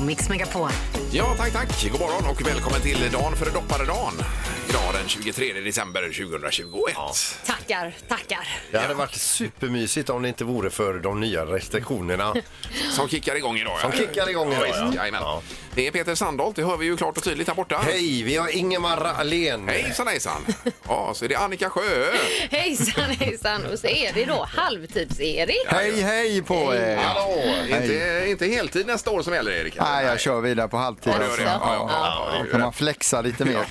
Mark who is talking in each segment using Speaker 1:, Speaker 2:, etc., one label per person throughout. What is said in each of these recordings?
Speaker 1: Mix Megapol.
Speaker 2: Ja, tack, tack. God morgon och välkommen till dagen före dopparedagen. Idag den 23 december 2021.
Speaker 3: Tackar, tackar.
Speaker 4: Det hade varit supermysigt om det inte vore för de nya restriktionerna.
Speaker 2: Som kickar igång idag.
Speaker 4: Som kickar igång idag,
Speaker 2: Ja,
Speaker 4: ja.
Speaker 2: visst, jajamän.
Speaker 4: Ja.
Speaker 2: Det är Peter Sandholt, det hör vi ju klart och tydligt här borta.
Speaker 4: Hej, vi har Ingemar Ahlén.
Speaker 2: Hejsan hejsan! Ja, så är det Annika Sjö.
Speaker 3: Hejsan, hejsan. Och så är det då halvtids-Erik.
Speaker 5: Hej, hej på er!
Speaker 2: Hallå! Inte,
Speaker 5: Hej.
Speaker 2: inte heltid nästa år som gäller Erik.
Speaker 5: Nej, jag kör vidare på halvtid.
Speaker 2: Ja, det gör det.
Speaker 5: alltså.
Speaker 2: Ja, ja, ja, det gör
Speaker 5: Då
Speaker 2: det.
Speaker 5: kan man flexa lite mer.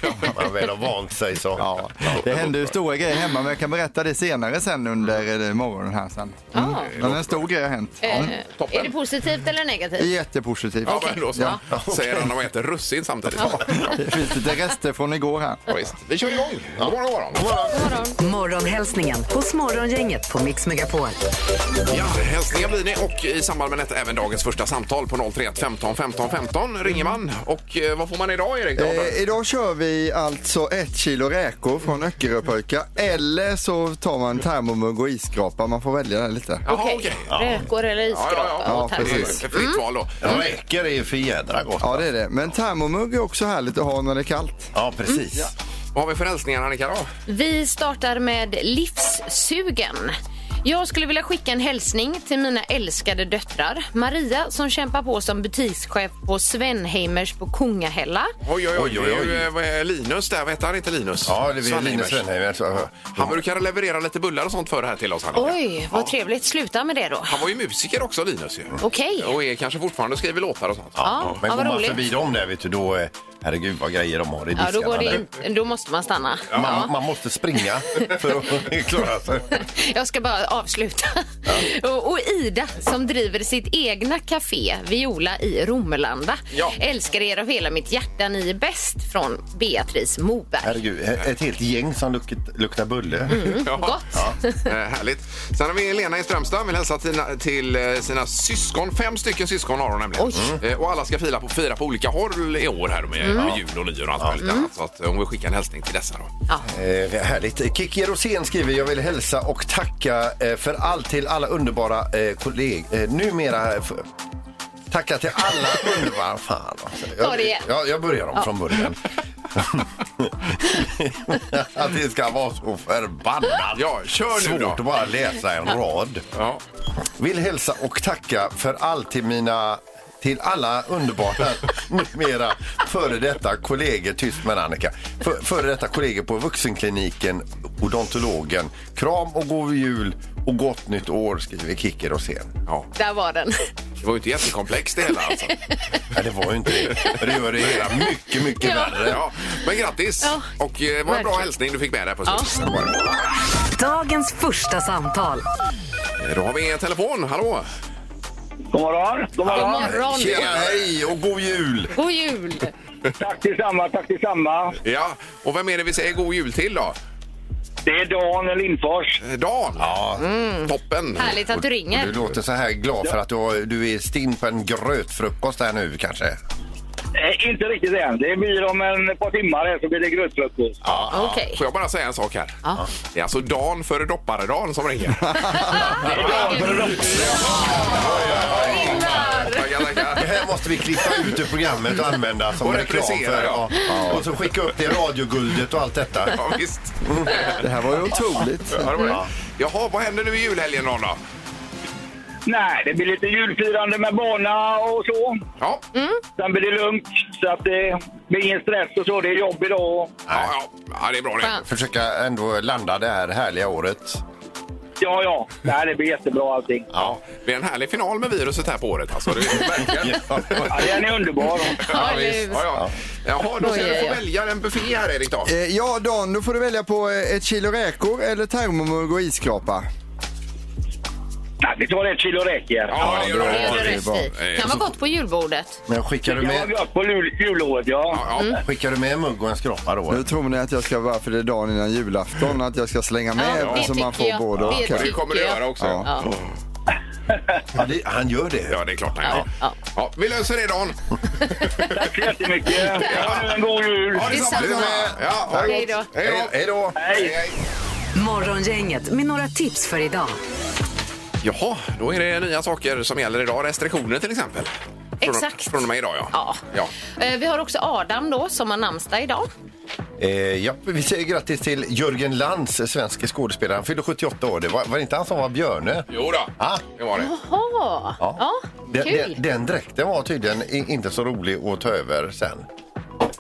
Speaker 4: Man väl har vant sig så.
Speaker 5: Ja, det händer ju stora grejer hemma, men jag kan berätta det senare sen under eh, morgonen här sen. Mm.
Speaker 3: Ja.
Speaker 5: Men en stor grej har hänt.
Speaker 3: Ah.
Speaker 5: Mm.
Speaker 3: Eh,
Speaker 2: Toppen.
Speaker 3: är det positivt eller
Speaker 5: Det är
Speaker 3: negativt?
Speaker 5: jättepositivt.
Speaker 2: Ja, men då så.
Speaker 5: Ja.
Speaker 2: Säger han och äter russin samtidigt. Ja.
Speaker 5: Det finns lite rester från igår här.
Speaker 2: visst. Vi kör igång! God morgon, god morgon!
Speaker 1: Morgonhälsningen hos Morgongänget på Mix Megapol.
Speaker 2: Ja, hälsningar blir det och i samband med detta även dagens första samtal på 031 15 15 15 ringer man. Och eh, vad får man idag Erik?
Speaker 5: Eh, idag kör vi alltså ett kilo räkor från Öckeröpojkar eller så tar man termomugg och isskrapa. Man får välja där lite.
Speaker 2: Jaha, okej.
Speaker 3: Räkor eller
Speaker 2: Ja,
Speaker 3: isskrapa?
Speaker 2: ja, ja.
Speaker 5: Ja,
Speaker 3: och
Speaker 2: Det är
Speaker 5: precis.
Speaker 3: termomugg.
Speaker 2: ett fritt val då.
Speaker 4: Ja, Räkor är ju för jädra gott.
Speaker 5: Ja, det är det. Men termomugg är också härligt att ha när det är kallt.
Speaker 4: Ja, precis.
Speaker 2: Vad har vi för hälsningar Annika då?
Speaker 3: Vi startar med livssugen. Jag skulle vilja skicka en hälsning till mina älskade döttrar. Maria som kämpar på som butikschef på Svenheimers på Kungahälla.
Speaker 2: Oj, oj, oj.
Speaker 4: Oj, oj,
Speaker 2: det är
Speaker 4: oj.
Speaker 2: ju, eh, vad är Linus där, vad heter han inte Linus?
Speaker 4: Ja, det blir
Speaker 2: Sven
Speaker 4: Linus
Speaker 2: Ingvars.
Speaker 4: Svenheim. alltså.
Speaker 2: Han brukade leverera lite bullar och sånt för här till oss Annika.
Speaker 3: Oj, vad trevligt. Sluta med det då.
Speaker 2: Han var ju musiker också Linus ju.
Speaker 3: Okej.
Speaker 2: Och är kanske fortfarande och skriver låtar och sånt.
Speaker 3: Ja,
Speaker 4: Men
Speaker 3: ja,
Speaker 4: går
Speaker 3: vad
Speaker 4: man
Speaker 3: roligt.
Speaker 4: förbi dem där, vet du, då... eh, Herregud, vad grejer de har i
Speaker 3: Ja,
Speaker 4: diskarna.
Speaker 3: då, går det
Speaker 4: där.
Speaker 3: in, då måste man stanna.
Speaker 4: Man,
Speaker 3: Ja.
Speaker 4: man måste springa för att klara sig.
Speaker 3: Jag ska bara avsluta. Och, och Ida som driver sitt egna café Viola i Romelanda.
Speaker 2: Ja.
Speaker 3: Älskar er av hela mitt hjärta, ni är bäst från Beatrice Moberg.
Speaker 4: Herregud, ett helt gäng som luk- luktar bulle.
Speaker 2: Ja.
Speaker 3: Gott.
Speaker 2: Eh, härligt. Sen har vi Lena i Strömstad. Vill hälsa till, till eh, sina syskon. Fem stycken syskon har hon nämligen.
Speaker 3: Mm.
Speaker 2: Eh, och alla ska fira på, fira på olika håll i år här med med jul och nyår och allt möjligt
Speaker 3: Mm.
Speaker 2: annat. Så att eh, hon vill skicka en hälsning till dessa då.
Speaker 3: Ja.
Speaker 4: Eh, härligt. Kiki Rosén skriver jag vill hälsa och tacka eh, för allt till alla underbara eh, kollegor. Eh, numera... eh, för- Tacka till alla underbara... Fan alltså.
Speaker 3: Ta det igen.
Speaker 4: jag, jag börjar om från början. att det ska vara så förbannat
Speaker 2: Ja, kör nu
Speaker 4: svårt att
Speaker 2: då.
Speaker 4: bara läsa en rad.
Speaker 2: Ja.
Speaker 4: Vill hälsa och tacka för allt till mina till alla underbara numera före detta kollegor, tyst med Annika, för, före detta kollegor på vuxenkliniken, odontologen. Kram och god jul och gott nytt år skriver Kicker och sen.
Speaker 2: ja.
Speaker 3: Där var den.
Speaker 2: Det var ju inte jättekomplext det hela alltså.
Speaker 4: Nej, det var ju inte det. Det gör det hela mycket, mycket
Speaker 3: Ja.
Speaker 4: värre.
Speaker 2: Ja, men grattis!
Speaker 3: Ja.
Speaker 2: Och eh, vad en bra
Speaker 3: Verkligen.
Speaker 2: hälsning du fick med där på slutet.
Speaker 1: Dagens första samtal.
Speaker 2: Eh, Då har vi en telefon. Hallå!
Speaker 6: God morgon. God
Speaker 3: God
Speaker 6: morgon.
Speaker 3: morgon.
Speaker 4: Tjena, hej och god jul!
Speaker 3: God jul.
Speaker 6: Tack detsamma, tack detsamma.
Speaker 2: Ja, och vem är det vi säger god jul till då?
Speaker 6: Det är Dan Lindfors.
Speaker 2: Eh, Dan! Ja. Toppen!
Speaker 3: Mm. Härligt att du
Speaker 4: Du
Speaker 3: ringer.
Speaker 4: låter så här glad för att du, har, du är stinn på en grötfrukost här nu kanske.
Speaker 6: Eh, inte riktigt än. Det blir om en par timmar här så blir det grötfrukost.
Speaker 3: Okej.
Speaker 2: Får jag bara säga en sak här?
Speaker 3: Ja.
Speaker 2: Det är alltså Dan före dopparedagen som ringer. Tackar,
Speaker 4: Det
Speaker 2: tackar.
Speaker 4: här måste vi klippa ut ur programmet och använda som
Speaker 2: Och
Speaker 4: reklam
Speaker 2: reprisera,
Speaker 4: för.
Speaker 2: ja.
Speaker 4: Ja. Och så skicka upp det i radioguldet och allt detta.
Speaker 2: Ja, visst.
Speaker 5: Det här var ju otroligt.
Speaker 2: Ja, det var det. Jaha, vad händer nu i julhelgen Dan, då?
Speaker 6: Nej, det blir lite julfirande med barna och så.
Speaker 2: Ja.
Speaker 3: Mm.
Speaker 6: Sen blir det lugnt. Så att det blir ingen stress och så. Det är jobb idag.
Speaker 2: Ja, ja. ja, det är bra det.
Speaker 3: Skönt.
Speaker 4: Försöka ändå landa det här härliga året.
Speaker 6: Ja, ja. Nej, det blir jättebra allting.
Speaker 2: Ja, det är en härlig final med viruset här på året. Alltså. Det är verkligen.
Speaker 6: Ja, den är underbar.
Speaker 3: Ja, eller hur?
Speaker 2: Ja, ja. Jaha, då ska
Speaker 3: Oj,
Speaker 2: du
Speaker 3: oj,
Speaker 2: få
Speaker 3: oj.
Speaker 2: välja en buffé här Erik då.
Speaker 5: Eh, Ja, Dan, då får du välja på eh, ett kilo räkor eller termomugg och isskrapa.
Speaker 6: Nej, vi tar ett kilo räkor.
Speaker 2: Ja, det gör
Speaker 3: Det
Speaker 2: du.
Speaker 3: gör du rätt i.
Speaker 2: Eh,
Speaker 3: Kan vara gott på julbordet.
Speaker 4: Men skickar du
Speaker 6: Jag har
Speaker 4: med,
Speaker 6: gått på lul- jullovet, ja.
Speaker 2: Ja,
Speaker 3: Mm.
Speaker 2: ja.
Speaker 4: skickar du med en mugg och en skrapa då?
Speaker 5: Nu tror ni att jag ska, varför det är dagen innan julafton, att jag ska slänga med
Speaker 3: Ja, det
Speaker 5: så man
Speaker 3: tycker
Speaker 5: får
Speaker 3: jag.
Speaker 5: både och.
Speaker 3: Det
Speaker 2: Och det kommer du
Speaker 3: Tycker jag.
Speaker 2: göra också. Ja,
Speaker 5: Ja.
Speaker 3: Ja.
Speaker 4: Ja, det, han gör det.
Speaker 2: det är klart. Ja. Ja.
Speaker 3: Ja.
Speaker 2: Ja, vi löser det Dan.
Speaker 6: Tack så jättemycket. Ha nu en god jul.
Speaker 2: Ja,
Speaker 3: Detsamma.
Speaker 2: detsamma. Ja, ha det
Speaker 3: Hej då.
Speaker 2: gott. Hej då.
Speaker 4: Hej då!
Speaker 6: Hej.
Speaker 1: Morgongänget med några tips för idag.
Speaker 2: Jaha, då är det nya saker som gäller idag. Restriktioner till exempel.
Speaker 3: Exakt.
Speaker 2: Från och med idag, ja.
Speaker 3: Ja.
Speaker 2: ja.
Speaker 3: Eh, Vi har också Adam då som har namnsdag idag.
Speaker 4: Eh, ja, vi säger grattis till Jörgen Lands, svensk skådespelare. Han fyllde 78 år. Det var, var det inte han som var Björne?
Speaker 2: Jo då.
Speaker 4: Ah.
Speaker 2: det var det.
Speaker 3: Jaha, ja,
Speaker 4: Den,
Speaker 3: kul.
Speaker 4: den, den dräkten var tydligen i- inte så rolig att ta över sen.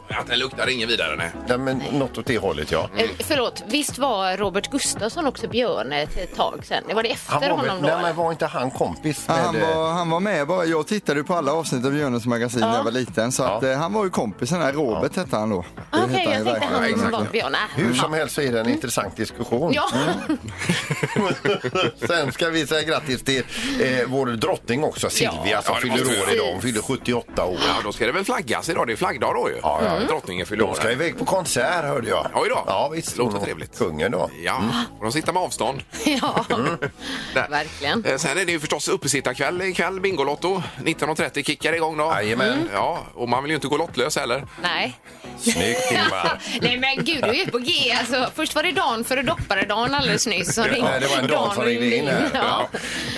Speaker 2: Att den luktar ingen vidare, nej.
Speaker 4: Nej, men något åt det hållet, ja.
Speaker 3: Eh, Förlåt, visst var Robert Gustafsson också björn ett ett tag sen? Var det efter
Speaker 4: Han var, väl-
Speaker 3: honom då?
Speaker 4: nej, men var inte han kompis med... eh,
Speaker 5: Han var, han var med bara. Jag tittade ju på alla avsnitt av Björnes magasin när jag var liten. Så att,
Speaker 4: Ja.
Speaker 5: eh, han var ju kompisen där. Robert hette han då. Det
Speaker 3: Ah,
Speaker 5: hette
Speaker 3: Okej,
Speaker 5: han
Speaker 3: jag
Speaker 5: ju
Speaker 3: tänkte
Speaker 5: verkligen.
Speaker 3: han som
Speaker 5: Exakt.
Speaker 3: var björn. Nej,
Speaker 4: Hur
Speaker 3: han-
Speaker 4: som helst Mm. så är det en intressant diskussion.
Speaker 3: Mm. Ja,
Speaker 4: Sen ska vi säga grattis till eh, vår drottning också, Silvia,
Speaker 3: Ja,
Speaker 4: som
Speaker 2: det måste
Speaker 4: fyller år
Speaker 2: vi.
Speaker 4: idag. Hon fyller 78 år.
Speaker 2: Ja, då ska det väl flaggas idag. Det är flaggdag då ju. Mm.
Speaker 4: Ja, ja.
Speaker 2: Drottningen fyller
Speaker 4: De
Speaker 2: år.
Speaker 4: ska iväg på konsert, hörde jag.
Speaker 2: Oj då.
Speaker 4: Ja, visst.
Speaker 2: Låter
Speaker 4: Hon-
Speaker 2: trevligt.
Speaker 4: Kungen då.
Speaker 2: Ja,
Speaker 4: Mm.
Speaker 2: och de sitter med avstånd.
Speaker 3: ja.
Speaker 2: Där.
Speaker 3: verkligen.
Speaker 2: Eh, Sen är det ju förstås uppesittarkväll ikväll, Bingolotto. 19.30 kickar igång då.
Speaker 4: Jajamän. Mm.
Speaker 2: Ja, och man vill ju inte gå lottlös heller.
Speaker 3: Nej.
Speaker 4: Snyggt, Ingmar.
Speaker 3: Nej men gud, du är på G. Alltså, först var det dagen före dopparedagen alldeles nyss. som ringde.
Speaker 4: nej, det var en dam som ringde in här.
Speaker 3: Ja.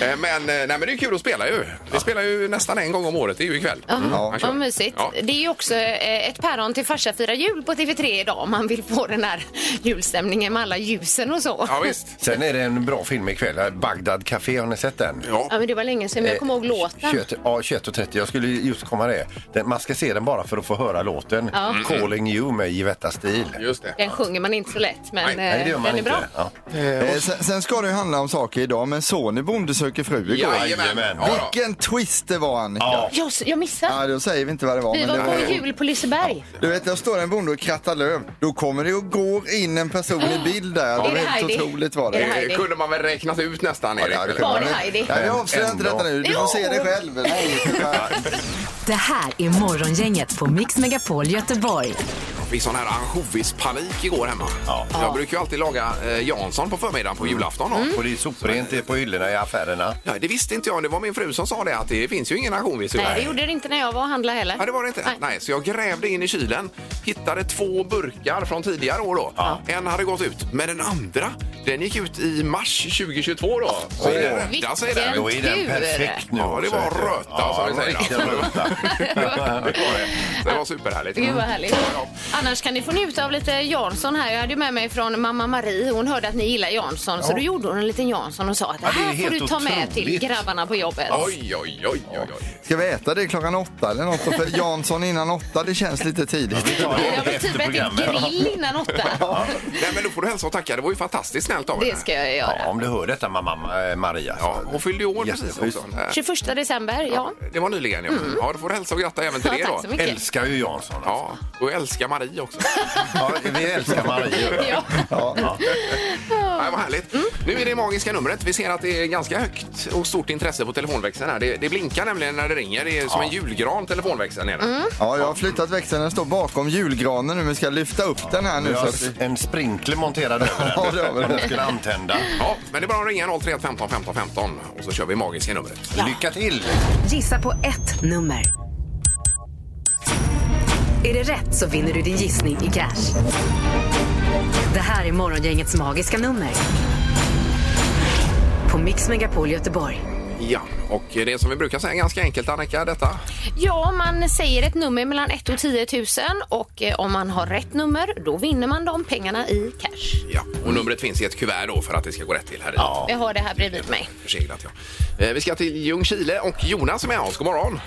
Speaker 2: Eh, Men, eh, nej, men det är kul att spela ju. Vi spelar ju nästan en gång om året, det är ju ikväll.
Speaker 5: Ja.
Speaker 2: Man kör.
Speaker 3: Vad mysigt.
Speaker 2: Ja.
Speaker 3: Det är ju också eh, ett päron till farsa firar jul på TV3 idag om man vill få den här julstämningen med alla ljusen och så.
Speaker 2: Ja, visst.
Speaker 4: Sen är det en bra film ikväll, Bagdad Café. Har ni sett den?
Speaker 2: Ja.
Speaker 3: Ja, men det var länge sedan, men jag kommer
Speaker 4: Eh,
Speaker 3: ihåg låten.
Speaker 4: 21, ja, 21.30. Jag skulle just komma det. Den, man ska se den bara för att få höra låten.
Speaker 3: Ja. Mm.
Speaker 4: Calling you med Givetta Stil.
Speaker 2: Just det.
Speaker 3: Den sjunger man inte så lätt, men
Speaker 2: Nej, nej,
Speaker 3: eh,
Speaker 4: Nej, det gör man
Speaker 3: den är
Speaker 4: inte.
Speaker 3: bra.
Speaker 4: Ja.
Speaker 5: Eh, sen, sen ska det ju handla om saker idag, men son i Bonde söker fru igår.
Speaker 2: Jajamän.
Speaker 4: Jajamän.
Speaker 2: Ja, då.
Speaker 5: Vilken twist det var Annika.
Speaker 4: Ja.
Speaker 3: Jag, jag missade.
Speaker 5: Ja, då säger vi inte vad det var.
Speaker 3: Vi
Speaker 5: Men
Speaker 3: var
Speaker 5: det,
Speaker 3: på jul på Liseberg.
Speaker 5: du vet, jag står en bonde och krattar löv. Då kommer det och går in en person i bild där.
Speaker 3: Är
Speaker 5: Det var
Speaker 3: det
Speaker 5: helt
Speaker 3: Heidi?
Speaker 5: otroligt var det.
Speaker 3: Är det Heidi?
Speaker 2: Eh, kunde man väl räknat ut nästan, Erik?
Speaker 5: Ja, det kunde
Speaker 2: eller?
Speaker 5: man.
Speaker 3: Var det Heidi?
Speaker 5: Ja, jag avslöjar inte
Speaker 4: Ändå.
Speaker 5: detta nu. Du får se det själv. Nej, det är-
Speaker 1: Det här är Morgongänget på Mix Megapol Göteborg.
Speaker 2: Vi fick sån här ansjovispanik igår hemma. Jag brukar ju alltid laga eh, Jansson på förmiddagen på julafton. Då.
Speaker 3: Mm.
Speaker 4: Och det är soprent på hyllorna i affärerna.
Speaker 2: Ja, det visste inte jag. Det var min fru som sa det att det finns ju ingen ansjovis. i
Speaker 3: Nej, det
Speaker 2: världen.
Speaker 3: gjorde det inte när jag var och handlade heller.
Speaker 2: Ja, det var det inte. Nej.
Speaker 3: Nej.
Speaker 2: så jag grävde in i kylen, hittade två burkar från tidigare år. Då. En hade gått ut, men den andra den gick ut i mars 2022. Då. Så är det rädda sig där.
Speaker 3: vilken-
Speaker 4: Då är den
Speaker 3: Tur.
Speaker 4: perfekt nu
Speaker 2: Ja, det
Speaker 4: också,
Speaker 2: var
Speaker 4: vet du.
Speaker 2: röta, som vi säger.
Speaker 4: riktig röta.
Speaker 2: Det var superhärligt.
Speaker 3: Gud vad härligt.
Speaker 2: ja.
Speaker 3: Annars kan ni få njuta av lite Jansson här. Jag hade ju med mig från mamma Marie. Hon hörde att ni gillar Jansson så då gjorde hon en liten Jansson och sa att det
Speaker 4: Ja, det är
Speaker 3: här får
Speaker 4: helt
Speaker 3: du ta med till
Speaker 4: otroligt.
Speaker 3: grabbarna på jobbet.
Speaker 2: Oj, oj, oj, oj, oj.
Speaker 5: Ska vi äta det klockan åtta eller något? För Jansson innan åtta, det känns lite tidigt.
Speaker 3: Jag vill typ ätit grill innan åtta.
Speaker 2: Nej, men då får du hälsa och tacka. Det var ju fantastiskt snällt av
Speaker 3: Det ska jag
Speaker 4: Ja,
Speaker 3: göra.
Speaker 4: om du hör detta mamma eh, Maria.
Speaker 2: Ja, hon fyllde ju år precis
Speaker 4: Jätteschysst.
Speaker 2: också. Eh,
Speaker 3: 21 december, ja.
Speaker 2: Det var nyligen, ja. Ja, då får du hälsa och gratta även till
Speaker 3: Mm. Ja,
Speaker 2: det då.
Speaker 3: tack så mycket.
Speaker 4: Älskar ju Jansson. Ja.
Speaker 2: Ja, och jag älskar Marie också.
Speaker 4: vi älskar Maria.
Speaker 3: Ja.
Speaker 2: Ja, vad härligt.
Speaker 3: Mm.
Speaker 2: Nu är det magiska numret. Vi ser att det är ganska högt och stort intresse på telefonväxeln. Här. Det, det blinkar nämligen när det ringer. Det är som en julgran, telefonväxeln. Är det.
Speaker 3: Mm.
Speaker 5: Ja, jag har flyttat växeln. Den står bakom julgranen nu. Vi ska lyfta upp den här nu.
Speaker 4: Vi
Speaker 5: Så
Speaker 4: har
Speaker 5: att...
Speaker 4: en sprinkler monterad över
Speaker 5: Ja, det har vi.
Speaker 4: den. Om den skulle antända.
Speaker 2: Ja, men det är bara att ringa 031 15 15 15 och så kör vi magiska numret.
Speaker 4: Lycka till!
Speaker 1: Gissa på ett nummer. Är det rätt så vinner du din gissning i cash. Det här är Morgongängets magiska nummer. På Mix Megapol Göteborg.
Speaker 2: Ja, och det är som vi brukar säga ganska enkelt Annika, detta.
Speaker 3: Ja, man säger ett nummer mellan 1 och 10 000 och eh, om man har rätt nummer då vinner man de pengarna i cash.
Speaker 2: Ja, och numret finns i ett kuvert då för att det ska gå rätt till här i.
Speaker 4: Mm. Ja.
Speaker 3: Jag har det här bredvid mig.
Speaker 2: Förseglat, ja. Eh, Vi ska till Ljungskile och Jonas som är med oss. God morgon!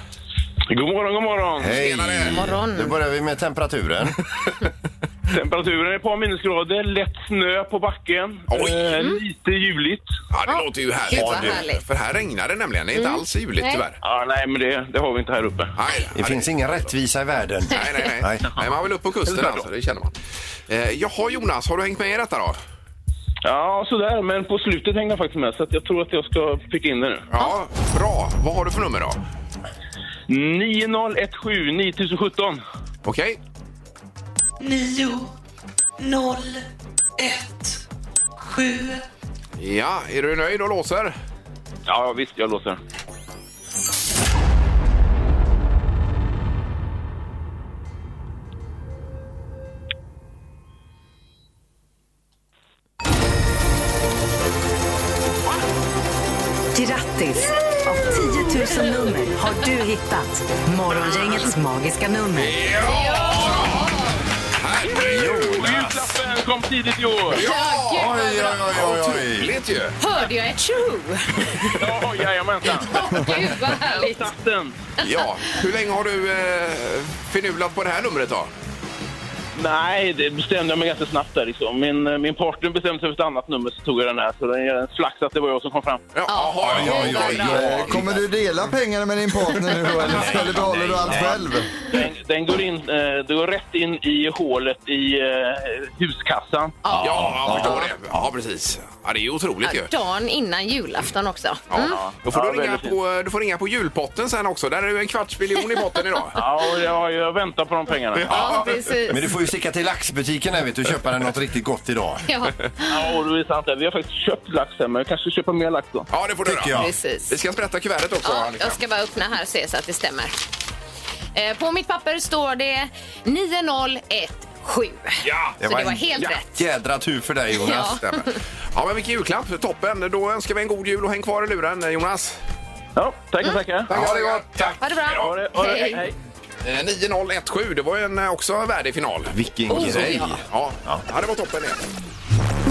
Speaker 6: God morgon, god morgon.
Speaker 4: Hej!
Speaker 2: Tjenare.
Speaker 3: Morgon.
Speaker 4: Nu börjar vi med temperaturen.
Speaker 6: Temperaturen är ett par minusgrader, lätt snö på backen.
Speaker 2: Oj.
Speaker 6: Eh, Lite juligt.
Speaker 2: Ja, det
Speaker 3: Ja.
Speaker 2: låter ju härligt.
Speaker 3: Gud, vad
Speaker 2: Ja, du.
Speaker 3: härligt.
Speaker 2: För här regnar det nämligen. Det är inte alls juligt
Speaker 3: Nej.
Speaker 2: tyvärr.
Speaker 6: Ja, nej, men det, det har vi inte här uppe.
Speaker 2: Nej,
Speaker 4: Det finns ingen rättvisa i världen.
Speaker 2: Nej, nej, nej. nej.
Speaker 4: Nej.
Speaker 2: man vill upp på kusten
Speaker 6: Eller
Speaker 2: alltså, det känner man. Eh, jaha Jonas, har du hängt med i detta då?
Speaker 6: Ja, sådär, men på slutet hängde jag faktiskt med, så att jag tror att jag ska pricka in det nu.
Speaker 2: Ja, bra. Vad har du för nummer då?
Speaker 6: 9017 9017.
Speaker 2: Okej.
Speaker 7: nio noll ett sju
Speaker 2: Ja, är du nöjd och låser?
Speaker 6: Ja, visst, jag låser.
Speaker 1: Grattis! Av 10 000 nummer har du hittat Morgongängets magiska nummer.
Speaker 2: Herregud!
Speaker 8: Julklappen kom tidigt i år!
Speaker 2: Ja!
Speaker 4: Oj, oj, oj, oj, oj.
Speaker 2: Otroligt ju!
Speaker 3: Hörde jag ett tjoho?
Speaker 8: Ja, jajamensan!
Speaker 3: Gud, vad härligt.
Speaker 8: Statten!
Speaker 2: Ja, hur länge har du eh, finulat på det här numret då?
Speaker 8: Nej, det bestämde jag mig ganska snabbt där liksom. Min, eh, min partner bestämde sig för ett annat nummer så tog jag den här. Så den är
Speaker 6: eh,
Speaker 8: en slags att det var jag som kom fram.
Speaker 2: Ja, aha,
Speaker 4: oj,
Speaker 2: ja,
Speaker 4: oj,
Speaker 2: ja,
Speaker 4: oj.
Speaker 2: ja.
Speaker 5: Eh, Kommer du dela pengarna med din partner nu eller, eller behåller du allt själv?
Speaker 8: Den, den går in, eh, det går rätt in i hålet i eh, huskassan.
Speaker 2: Ja, jag förstår det. Ja, precis. Ja, Mm. det är ju otroligt ju.
Speaker 3: Dagen innan julafton också. Mm.
Speaker 2: Ja. Då får
Speaker 8: Ja,
Speaker 2: du, ringa
Speaker 8: väldigt
Speaker 2: på, du får ringa på julpotten sen också. Där är ju en kvarts miljon i potten idag.
Speaker 8: Ja, och jag, har ju- jag väntar på de pengarna.
Speaker 3: Ja, precis.
Speaker 4: Men du får ju sticka till laxbutiken här vet du, och köpa dig något riktigt gott idag.
Speaker 3: Ja,
Speaker 8: Ja, och det är sant. där. Vi har faktiskt köpt lax här, men vi kanske köper mer lax då.
Speaker 2: Ja, det får du
Speaker 4: Tycker
Speaker 2: göra.
Speaker 4: jag.
Speaker 3: precis.
Speaker 2: Vi ska liksom. sprätta kuvertet också,
Speaker 3: Ja,
Speaker 2: Annika.
Speaker 3: jag ska bara öppna här och se så att det stämmer. Eh, På mitt papper står det 9017.
Speaker 2: Ja,
Speaker 3: Så det var helt
Speaker 4: en
Speaker 3: rätt.
Speaker 4: Jädra tur för dig Jonas.
Speaker 2: Stämmer. Ja, men vilken julklapp. Toppen. Då önskar vi en god jul och häng kvar i luren, eh, Jonas.
Speaker 8: Ja, tackar,
Speaker 9: Mm.
Speaker 8: tackar.
Speaker 2: Tack, ha det gott. Tack.
Speaker 3: Ha det bra.
Speaker 8: Ha det, ha det,
Speaker 3: Hej.
Speaker 8: hej.
Speaker 2: Eh, 9017, det var ju en, eh, också värdig final.
Speaker 4: Vilken
Speaker 3: Oj,
Speaker 4: grej.
Speaker 3: ja.
Speaker 2: Oh, Ja, ja, det var toppen det.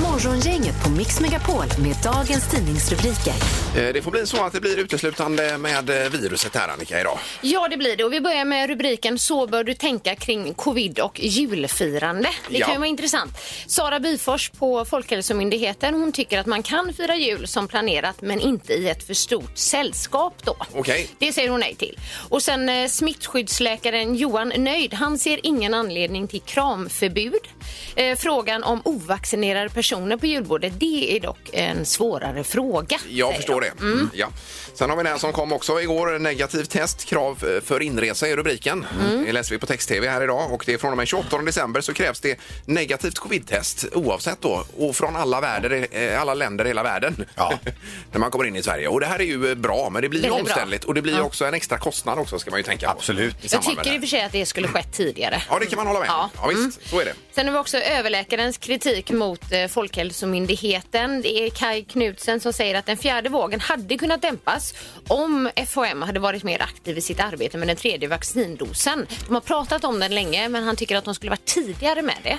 Speaker 1: Morgongänget på Mix Megapol med dagens tidningsrubriker.
Speaker 2: Eh, Det får bli så att det blir uteslutande med eh, viruset här Annika idag.
Speaker 3: Ja, det blir det. Och vi börjar med rubriken Så bör du tänka kring covid och julfirande. Det
Speaker 2: Ja.
Speaker 3: kan ju vara intressant. Sara Byfors på Folkhälsomyndigheten hon tycker att man kan fira jul som planerat men inte i ett för stort sällskap då.
Speaker 2: Okej.
Speaker 3: Det säger hon nej till. Och sen eh, smittskyddsläkaren Johan Nöjd, han ser ingen anledning till kramförbud. Eh, frågan om ovaccinerade personer på julbordet, det är dock en svårare fråga.
Speaker 2: Jag
Speaker 3: säger Mm.
Speaker 2: förstår
Speaker 3: de.
Speaker 2: det. Mm. Ja. Sen har vi den här som kom också igår. Negativ test, krav eh, för inresa i rubriken.
Speaker 3: Mm.
Speaker 2: Det läser vi på text-tv här idag. Och det är från och med 28 december så krävs det negativt covid-test oavsett då. Och från alla, världer, eh, alla länder i hela världen.
Speaker 4: Ja.
Speaker 2: När man kommer in i Sverige. Och det här är ju eh, bra, men det blir ju
Speaker 3: Väldigt bra.
Speaker 2: omständligt. Och det blir ju också en extra kostnad också ska man ju tänka på.
Speaker 4: Absolut.
Speaker 2: I
Speaker 3: Jag
Speaker 2: samband med
Speaker 3: tycker i och
Speaker 2: det.
Speaker 3: för sig att det skulle skett tidigare.
Speaker 2: Ja, det kan man hålla med om.
Speaker 3: Ja. Mm.
Speaker 2: Ja, visst. Så är det.
Speaker 3: Sen har vi också överläkarens kritik mot eh, Folkhälsomyndigheten. Det är Kai Knutsen som säger att den fjärde vågen hade kunnat dämpas om FHM hade varit mer aktiv i sitt arbete med den tredje vaccindosen. De har pratat om den länge, men han tycker att de skulle varit tidigare med det.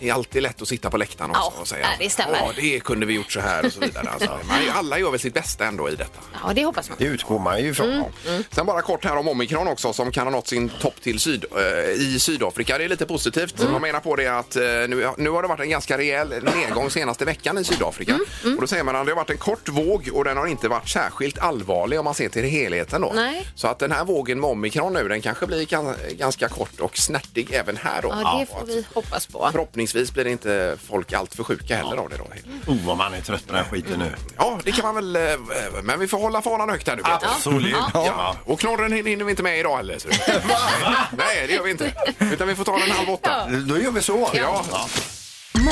Speaker 2: Det är alltid lätt att sitta på läktaren också
Speaker 3: Ja,
Speaker 2: och säga
Speaker 3: nej, det stämmer.
Speaker 2: Ja, det kunde vi gjort så här och så vidare. Alltså, men alla gör väl sitt bästa ändå i detta.
Speaker 3: Ja, det hoppas man.
Speaker 4: Det utgår man ju ifrån.
Speaker 2: Mm.
Speaker 3: Mm.
Speaker 2: Sen bara kort här om omikron också som kan ha nått sin topp till syd, eh, i Sydafrika. Det är lite positivt.
Speaker 3: Mm.
Speaker 2: Man menar på det att eh, nu, nu har det varit en ganska rejäl nedgång senaste veckan i Sydafrika.
Speaker 3: Mm,
Speaker 2: Och då säger man att det har varit en kort våg och den har inte varit särskilt allvarlig om man ser till helheten då.
Speaker 3: Nej.
Speaker 2: Så att den här vågen med omikron nu den kanske blir gan- ganska kort och snärtig även här då.
Speaker 3: Ja, det
Speaker 2: Och
Speaker 3: får
Speaker 2: att
Speaker 3: vi hoppas på.
Speaker 2: Förhoppningsvis blir det inte folk allt för sjuka heller av det då.
Speaker 4: Oh, vad man är trött på den här skiten nu.
Speaker 2: Ja, det kan man väl, eh, men vi får hålla fanan högt här nu. Peter.
Speaker 4: Absolut.
Speaker 2: Ja. Och knorren hinner vi inte med idag heller. ser du. Nej, det gör vi inte. Utan vi får ta den halv åtta.
Speaker 4: Då gör vi så.
Speaker 2: Ja. Ja.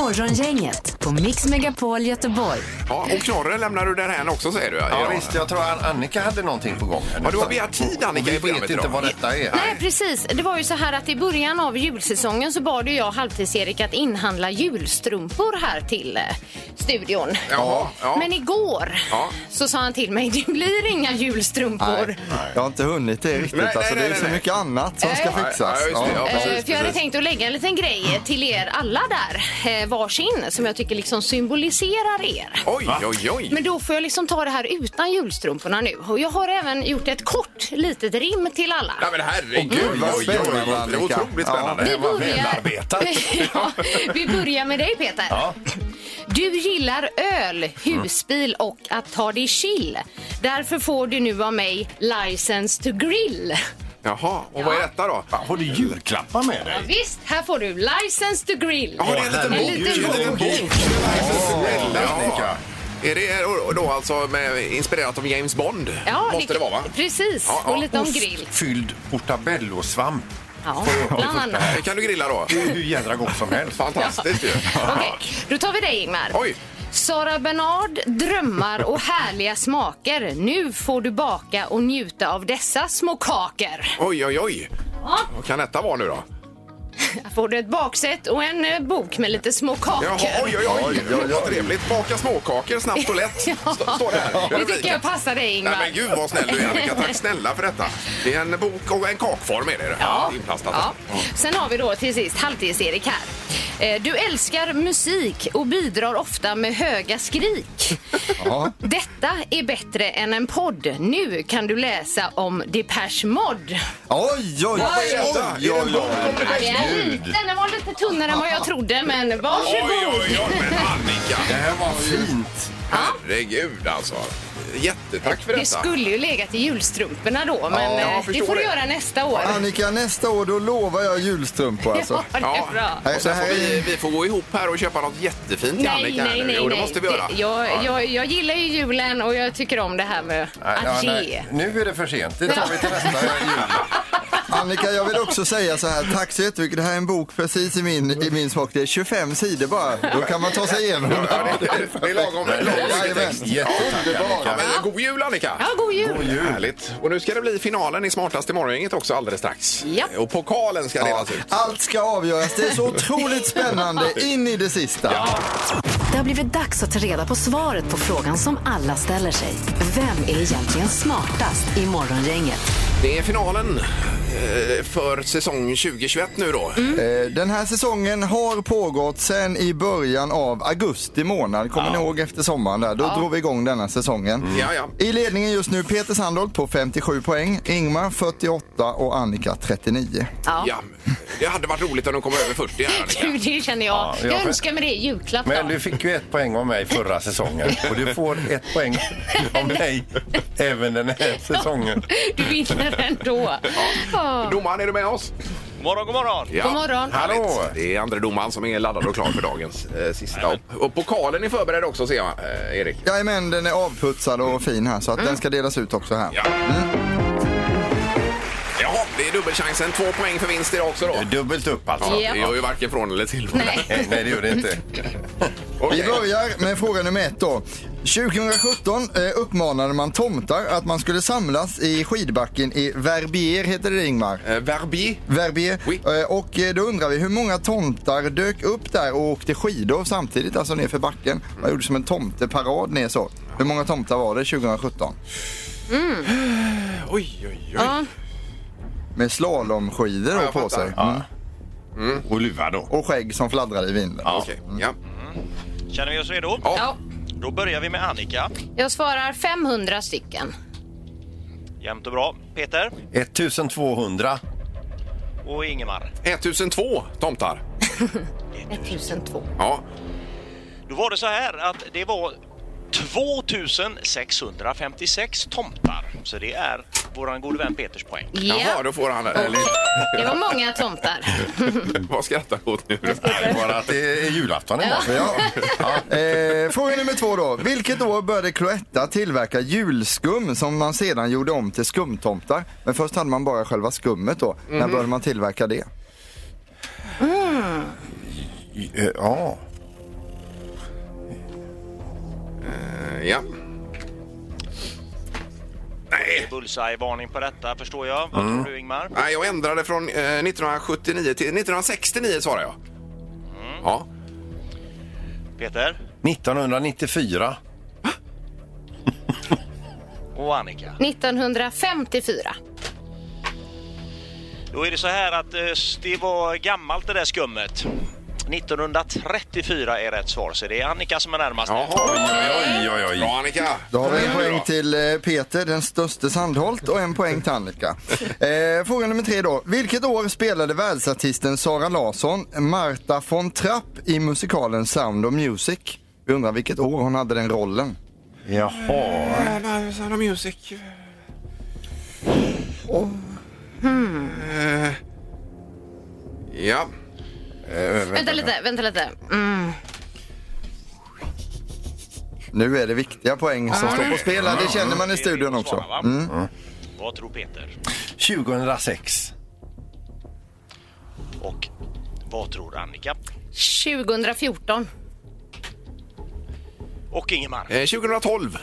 Speaker 1: Morgongänget på Mix Megapol Göteborg.
Speaker 2: och knorren lämnar du därhän också säger du.
Speaker 4: Ja, visst, jag tror att Annika hade någonting på gång. Här
Speaker 2: Ja, du har begärt tid, Annika,
Speaker 4: Och
Speaker 2: i
Speaker 4: Vi
Speaker 2: programmet
Speaker 4: vet inte
Speaker 2: idag.
Speaker 4: vad detta är.
Speaker 3: Nej, precis. Det var ju så här att i början av julsäsongen så bad ju jag Halvtids-Erik att inhandla julstrumpor här till eh, studion.
Speaker 2: Jaha, ja.
Speaker 3: Men igår
Speaker 2: Ja.
Speaker 3: så sa han till mig, det blir inga julstrumpor.
Speaker 5: Nej, jag har inte hunnit det riktigt.
Speaker 2: Nej, nej,
Speaker 5: alltså, det
Speaker 2: nej,
Speaker 5: är så
Speaker 2: nej.
Speaker 5: mycket annat som ska
Speaker 2: Nej.
Speaker 5: fixas.
Speaker 2: Ja, just det, ja.
Speaker 3: Eh,
Speaker 2: precis,
Speaker 3: för jag hade
Speaker 2: precis.
Speaker 3: tänkt att lägga en liten grej till er alla där, eh, varsin, som jag tycker liksom symboliserar er.
Speaker 2: Oj, oj, oj.
Speaker 3: Men då får jag liksom ta det här utan julstrumporna nu. Och jag har även gjort ett kort litet rim till alla.
Speaker 2: Nej, men herregud.
Speaker 5: Åh, gud, vad
Speaker 2: Oj, oj, oj.
Speaker 5: spännande,
Speaker 2: Det var
Speaker 5: Annika.
Speaker 2: otroligt
Speaker 5: Ja.
Speaker 2: spännande.
Speaker 4: Det var välarbetat.
Speaker 3: ja, vi börjar med dig Peter. Du gillar öl, husbil och att ta dig chill. Därför får du nu av mig license to grill.
Speaker 2: Jaha, och vad är detta då?
Speaker 4: Fan, Har du julklappar med dig?
Speaker 3: Visst, här får du license to grill.
Speaker 2: Ja, det är en liten
Speaker 4: En
Speaker 2: bok.
Speaker 3: liten
Speaker 2: Det är en liten
Speaker 4: bok.
Speaker 2: bok. Snälla,
Speaker 4: Åh,
Speaker 2: Annika.
Speaker 4: Annika.
Speaker 2: Är det då alltså med, inspirerat av James Bond?
Speaker 3: Ja,
Speaker 2: Måste det vara, va?
Speaker 3: Precis,
Speaker 2: Ja, ja.
Speaker 3: och lite om
Speaker 4: Ost
Speaker 3: grill.
Speaker 4: Fylld portabellosvamp.
Speaker 3: Ja, bland annat.
Speaker 2: Det kan du grilla då?
Speaker 4: Det är hur jädra gott som helst.
Speaker 2: Fantastiskt ju.
Speaker 3: Okej, då tar vi dig Ingmar.
Speaker 2: Oj.
Speaker 3: Sara Bernard, drömmar och härliga smaker. Nu får du baka och njuta av dessa små kakor.
Speaker 2: Oj, oj, oj. Vad kan detta vara nu då?
Speaker 3: Får du ett baksätt och en eh, bok med lite små kakor.
Speaker 2: Jaha, oj, oj, oj.
Speaker 4: Oj, oj, oj.
Speaker 2: Trevligt. Baka småkakor snabbt och lätt. St- Står det här.
Speaker 3: Det tycker jag passar dig
Speaker 2: Nej,
Speaker 3: Ingvar.
Speaker 2: men gud vad snäll du är Annika. Tack snälla för detta. Det är en bok och en kakform är det.
Speaker 3: Ja.
Speaker 2: Inplastat.
Speaker 3: Ja. Sen har vi då till sist halvtids-Erik här. Eh, Du älskar musik och bidrar ofta med höga skrik. Detta är bättre än en podd. Nu kan du läsa om Depeche Mode.
Speaker 5: Oj, oj,
Speaker 2: Vad
Speaker 5: oj!
Speaker 2: är detta? Är
Speaker 5: oj,
Speaker 2: det en
Speaker 5: oj,
Speaker 2: bok
Speaker 5: oj.
Speaker 2: om det?
Speaker 3: Den är liten, den var lite tunnare än vad jag trodde, men
Speaker 2: Oj,
Speaker 3: varsågod.
Speaker 2: oj, oj. Men Annika.
Speaker 4: Det här var fint.
Speaker 2: Herregud alltså. Jättetack för
Speaker 3: Det
Speaker 2: detta.
Speaker 3: skulle ju legat i julstrumporna då, men
Speaker 2: jag
Speaker 3: eh, det
Speaker 2: förstår
Speaker 3: får du
Speaker 2: det.
Speaker 3: göra nästa år.
Speaker 5: Annika, nästa år då lovar jag julstrumpor alltså.
Speaker 3: Ja, det är bra.
Speaker 5: Nej,
Speaker 2: Och sen
Speaker 5: det
Speaker 2: får
Speaker 5: här
Speaker 2: vi,
Speaker 5: är-
Speaker 2: vi får gå ihop här och köpa något jättefint till
Speaker 3: Nej,
Speaker 2: Annika. här
Speaker 3: nej,
Speaker 2: nu.
Speaker 3: nej.
Speaker 2: Jo, det
Speaker 3: nej.
Speaker 2: måste vi göra.
Speaker 3: Det- Jag, jag, jag gillar ju julen och jag tycker om det här med
Speaker 4: Nej, ja,
Speaker 3: att ge.
Speaker 4: nej. Nu är det för sent. Det tar vi till nästa jul.
Speaker 5: Annika, jag vill också säga så här, tack så jättemycket. Det här är en bok precis i min, i min smak. Det är 25 sidor bara. Då kan man ta sig igenom den.
Speaker 2: Ja, det, är- det är lagom. lagom mycket
Speaker 5: Jajamän.
Speaker 2: text.
Speaker 4: Jättetack,
Speaker 2: Ja,
Speaker 4: Annika.
Speaker 2: men, god jul Annika!
Speaker 3: Ja, god jul!
Speaker 2: God jul. Härligt. Och nu ska det bli finalen i Smartast i morgongänget också alldeles strax.
Speaker 3: Ja.
Speaker 2: Och pokalen ska
Speaker 5: Ja,
Speaker 2: delas ut.
Speaker 5: Allt ska avgöras. Det är så otroligt spännande in i det sista.
Speaker 1: Det har blivit dags att ta reda på svaret på frågan som alla ställer sig. Vem är egentligen smartast i Morgongänget?
Speaker 2: Det är finalen eh, för säsong 2021 nu då.
Speaker 3: Mm.
Speaker 5: Eh, Den här säsongen har pågått sedan i början av augusti månad. Kommer ni ihåg efter sommaren där? Då drog vi igång denna säsongen.
Speaker 2: Ja, ja.
Speaker 5: I ledningen just nu Peter Sandholt på 57 poäng, Ingmar 48 och Annika 39.
Speaker 3: Ja.
Speaker 2: Ja, det hade varit roligt om de kom över 40 här Annika.
Speaker 3: Gud, det känner jag.
Speaker 4: Ja,
Speaker 3: jag,
Speaker 4: jag för-
Speaker 3: önskar mig det i julklapp.
Speaker 4: Men
Speaker 3: då.
Speaker 4: du fick ju ett poäng av mig förra säsongen och du får ett poäng av mig även den här säsongen.
Speaker 3: Du vinner ändå. Ja.
Speaker 2: Domaren, är du med oss?
Speaker 10: morgon, god morgon!
Speaker 2: Ja.
Speaker 3: God morgon.
Speaker 2: Härligt.
Speaker 4: Hallå.
Speaker 2: Det är andre domaren som är laddad och klar för dagens eh, sista. Och pokalen är förberedd också ser jag, eh, Erik.
Speaker 5: Jajamän, den är avputsad och fin här så att den ska delas ut också här.
Speaker 2: Mm. Ja. Mm. Jaha, det är dubbelchansen. Två poäng för vinst idag också då.
Speaker 4: Dubbelt upp alltså. Eh,
Speaker 2: Ja,
Speaker 3: Ja.
Speaker 2: Det gör ju varken från eller till.
Speaker 3: Nej.
Speaker 4: Nej, det gör det inte.
Speaker 5: Vi börjar med fråga nummer ett då. 2017 eh, uppmanade man tomtar att man skulle samlas i skidbacken i Verbier, heter det Ingmar?
Speaker 2: Eh, Verbier.
Speaker 5: Verbier.
Speaker 2: Oui.
Speaker 5: Eh, Och eh, då undrar vi hur många tomtar dök upp där och åkte skidor samtidigt, alltså nerför backen. Man gjorde som en tomteparad ner så. Hur många tomtar var det 2017?
Speaker 2: Oj, oj, oj.
Speaker 3: Ja.
Speaker 5: Med slalomskidor
Speaker 2: Ja,
Speaker 5: då
Speaker 2: jag
Speaker 5: på
Speaker 2: fattar.
Speaker 5: sig. Mm.
Speaker 4: Och luva då.
Speaker 5: Och skägg som fladdrade i vinden.
Speaker 2: Okej, ja.
Speaker 10: Känner vi oss redo?
Speaker 2: Ja.
Speaker 3: Ja.
Speaker 10: Då börjar vi med Annika.
Speaker 3: Jag svarar 500 stycken.
Speaker 10: Jämnt och bra. Peter
Speaker 4: 1200.
Speaker 10: och Ingemar.
Speaker 2: 1002 tomtar.
Speaker 3: 1002.
Speaker 2: Ja.
Speaker 10: Då var det så här att det var 2656 tomtar. Så det är våran gode vän Peters poäng.
Speaker 3: Ja,
Speaker 2: Jaha, då får han... Eller,
Speaker 3: det var många tomtar.
Speaker 2: vad skrattar du åt nu?
Speaker 4: Bara att det är julafton imorgon.
Speaker 5: Ja. Eh, fråga nummer två då. Vilket år började Cloetta tillverka julskum som man sedan gjorde om till skumtomtar? Men först hade man bara själva skummet då.
Speaker 2: Mhm.
Speaker 5: När började man tillverka det?
Speaker 4: eh, Ja.
Speaker 2: Ja.
Speaker 10: Det är Bullseye-varning på detta förstår jag. Vad tror du Ingmar?
Speaker 2: Nej, jag ändrade från eh, 1979 till 1969 svarar jag. Ja.
Speaker 10: Peter
Speaker 4: 1994.
Speaker 10: och Annika.
Speaker 3: 1954.
Speaker 10: Då är det så här att eh, det var gammalt det där skummet. 1934 är rätt svar, så det är Annika som är närmast.
Speaker 2: Jaha.
Speaker 4: Oj, oj, oj.
Speaker 2: Bra Annika.
Speaker 5: Då har
Speaker 2: Mm.
Speaker 5: vi en poäng till eh, Peter, den största Sandholt, och en poäng till Annika. Eh, fråga nummer tre då. Vilket år spelade världsartisten Sara Larsson Marta von Trapp i musikalen Sound of Music? Vi undrar vilket år hon hade den rollen.
Speaker 4: Jaha.
Speaker 2: Sound of Music.
Speaker 5: Hmm.
Speaker 2: Eh, Ja.
Speaker 3: Vänta lite, vänta lite. Mm.
Speaker 5: Nu är det viktiga poäng som står på spel här. Det känner man i studion också. Mm.
Speaker 10: Vad tror Peter?
Speaker 4: 2006.
Speaker 10: Och vad tror Annika?
Speaker 3: 2014.
Speaker 10: Och Ingemar?
Speaker 2: Eh, 2012.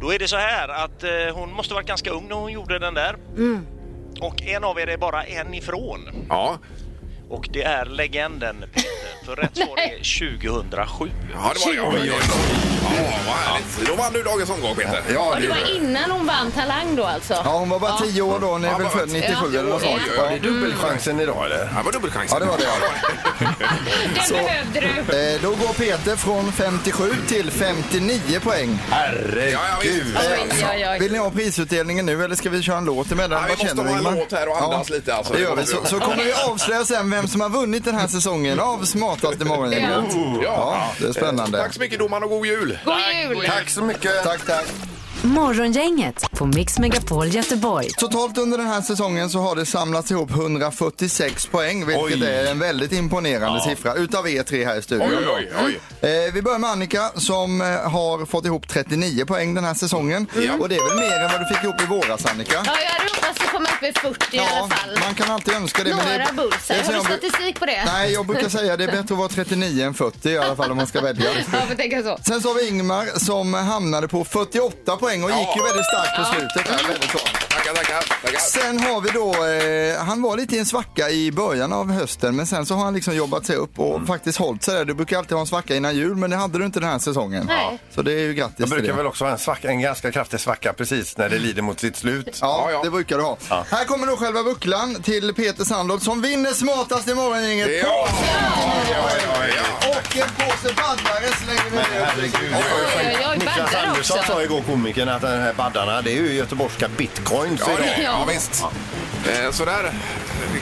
Speaker 10: Då är det så här att eh, hon måste varit ganska ung när hon gjorde den där. Och en av er är bara en ifrån.
Speaker 2: Ja,
Speaker 10: Och det är legenden Peter. För rätt svar är 2007.
Speaker 2: ja det var det. Oj, oj, oj. Ja, vad härligt. Då vann du dagens omgång, Peter.
Speaker 4: Ja,
Speaker 3: Och det var innan hon vann Talang då alltså?
Speaker 5: Ja, hon var bara 10 år då, hon är
Speaker 2: Ja,
Speaker 5: väl
Speaker 2: bara
Speaker 5: född 97 eller något sånt.
Speaker 2: Oj, oj,
Speaker 4: var det dubbelchansen idag eller?
Speaker 2: Ja, Det var dubbelchans.
Speaker 5: Ja, det var det.
Speaker 3: Den behövde du.
Speaker 5: Eh, Då går Peter från 57 till 59 poäng.
Speaker 2: Ja, ja, visst.
Speaker 4: Herregud!
Speaker 3: Oj, oj, oj.
Speaker 5: Vill ni ha prisutdelningen nu eller ska vi köra en låt
Speaker 2: Ja,
Speaker 5: emellan?
Speaker 2: vi
Speaker 5: Vad
Speaker 2: måste
Speaker 5: känner
Speaker 2: ha en
Speaker 5: Ingmar?
Speaker 2: låt här och andas lite, alltså.
Speaker 5: Det gör vi. Så, så kommer vi avslöja sen vem som har vunnit den här säsongen av Smartaste morgongänget. Ja, det är
Speaker 2: Eh,
Speaker 5: spännande.
Speaker 2: Tack så mycket domaren och god jul!
Speaker 3: God jul!
Speaker 4: Tack så mycket!
Speaker 5: Tack, tack.
Speaker 1: Morgongänget på Mix Megapol Göteborg.
Speaker 5: Totalt under den här säsongen så har det samlats ihop 146 poäng, vilket
Speaker 4: Oj.
Speaker 5: är en väldigt imponerande siffra utav er tre här i studion.
Speaker 2: Oj, oj, oj.
Speaker 5: Eh, vi börjar med Annika som eh, har fått ihop 39 poäng den här säsongen. Och det är väl mer än vad du fick ihop i våras Annika?
Speaker 3: Ja, jag hade hoppats att komma upp i 40 i alla fall.
Speaker 5: man kan alltid önska det. men
Speaker 3: Några
Speaker 5: det,
Speaker 3: bullseye.
Speaker 5: det är
Speaker 3: Har
Speaker 5: som
Speaker 3: du
Speaker 5: jag bru-
Speaker 3: statistik på det?
Speaker 5: Nej, jag brukar säga det är bättre att vara 39 än 40 i alla fall om man ska välja.
Speaker 3: Ja, får tänka så.
Speaker 5: Sen så har vi Ingmar som hamnade på 48 poäng och gick ju väldigt starkt på slutet. Här, väldigt bra.
Speaker 2: Tackar, tackar. tackar.
Speaker 5: Sen har vi då, eh, han var lite i en svacka i början av hösten men sen så har han liksom jobbat sig upp och faktiskt hållit sig där. Du brukar alltid ha en svacka innan jul men det hade du inte den här säsongen.
Speaker 3: Nej.
Speaker 5: Så det är ju grattis
Speaker 4: Jag
Speaker 5: till
Speaker 4: brukar
Speaker 5: det.
Speaker 4: väl också ha en, svacka, en ganska kraftig svacka precis när det lider mot sitt slut.
Speaker 5: Ja,
Speaker 2: Ja, ja.
Speaker 5: det brukar du ha. Här kommer då själva bucklan till Peter Sandholt som vinner smartast i morgongänget.
Speaker 2: Ja, ja, ja, ja.
Speaker 5: Och en påse baddare slänger vi ner.
Speaker 4: Herregud.
Speaker 3: oj, oj,
Speaker 4: Niklas
Speaker 3: baddar
Speaker 4: Andersson
Speaker 3: också.
Speaker 4: sa igår komikern att den här baddarna det är ju göteborgska bitcoins
Speaker 2: Ja, det,
Speaker 4: idag.
Speaker 2: ja, visst. Eh, sådär.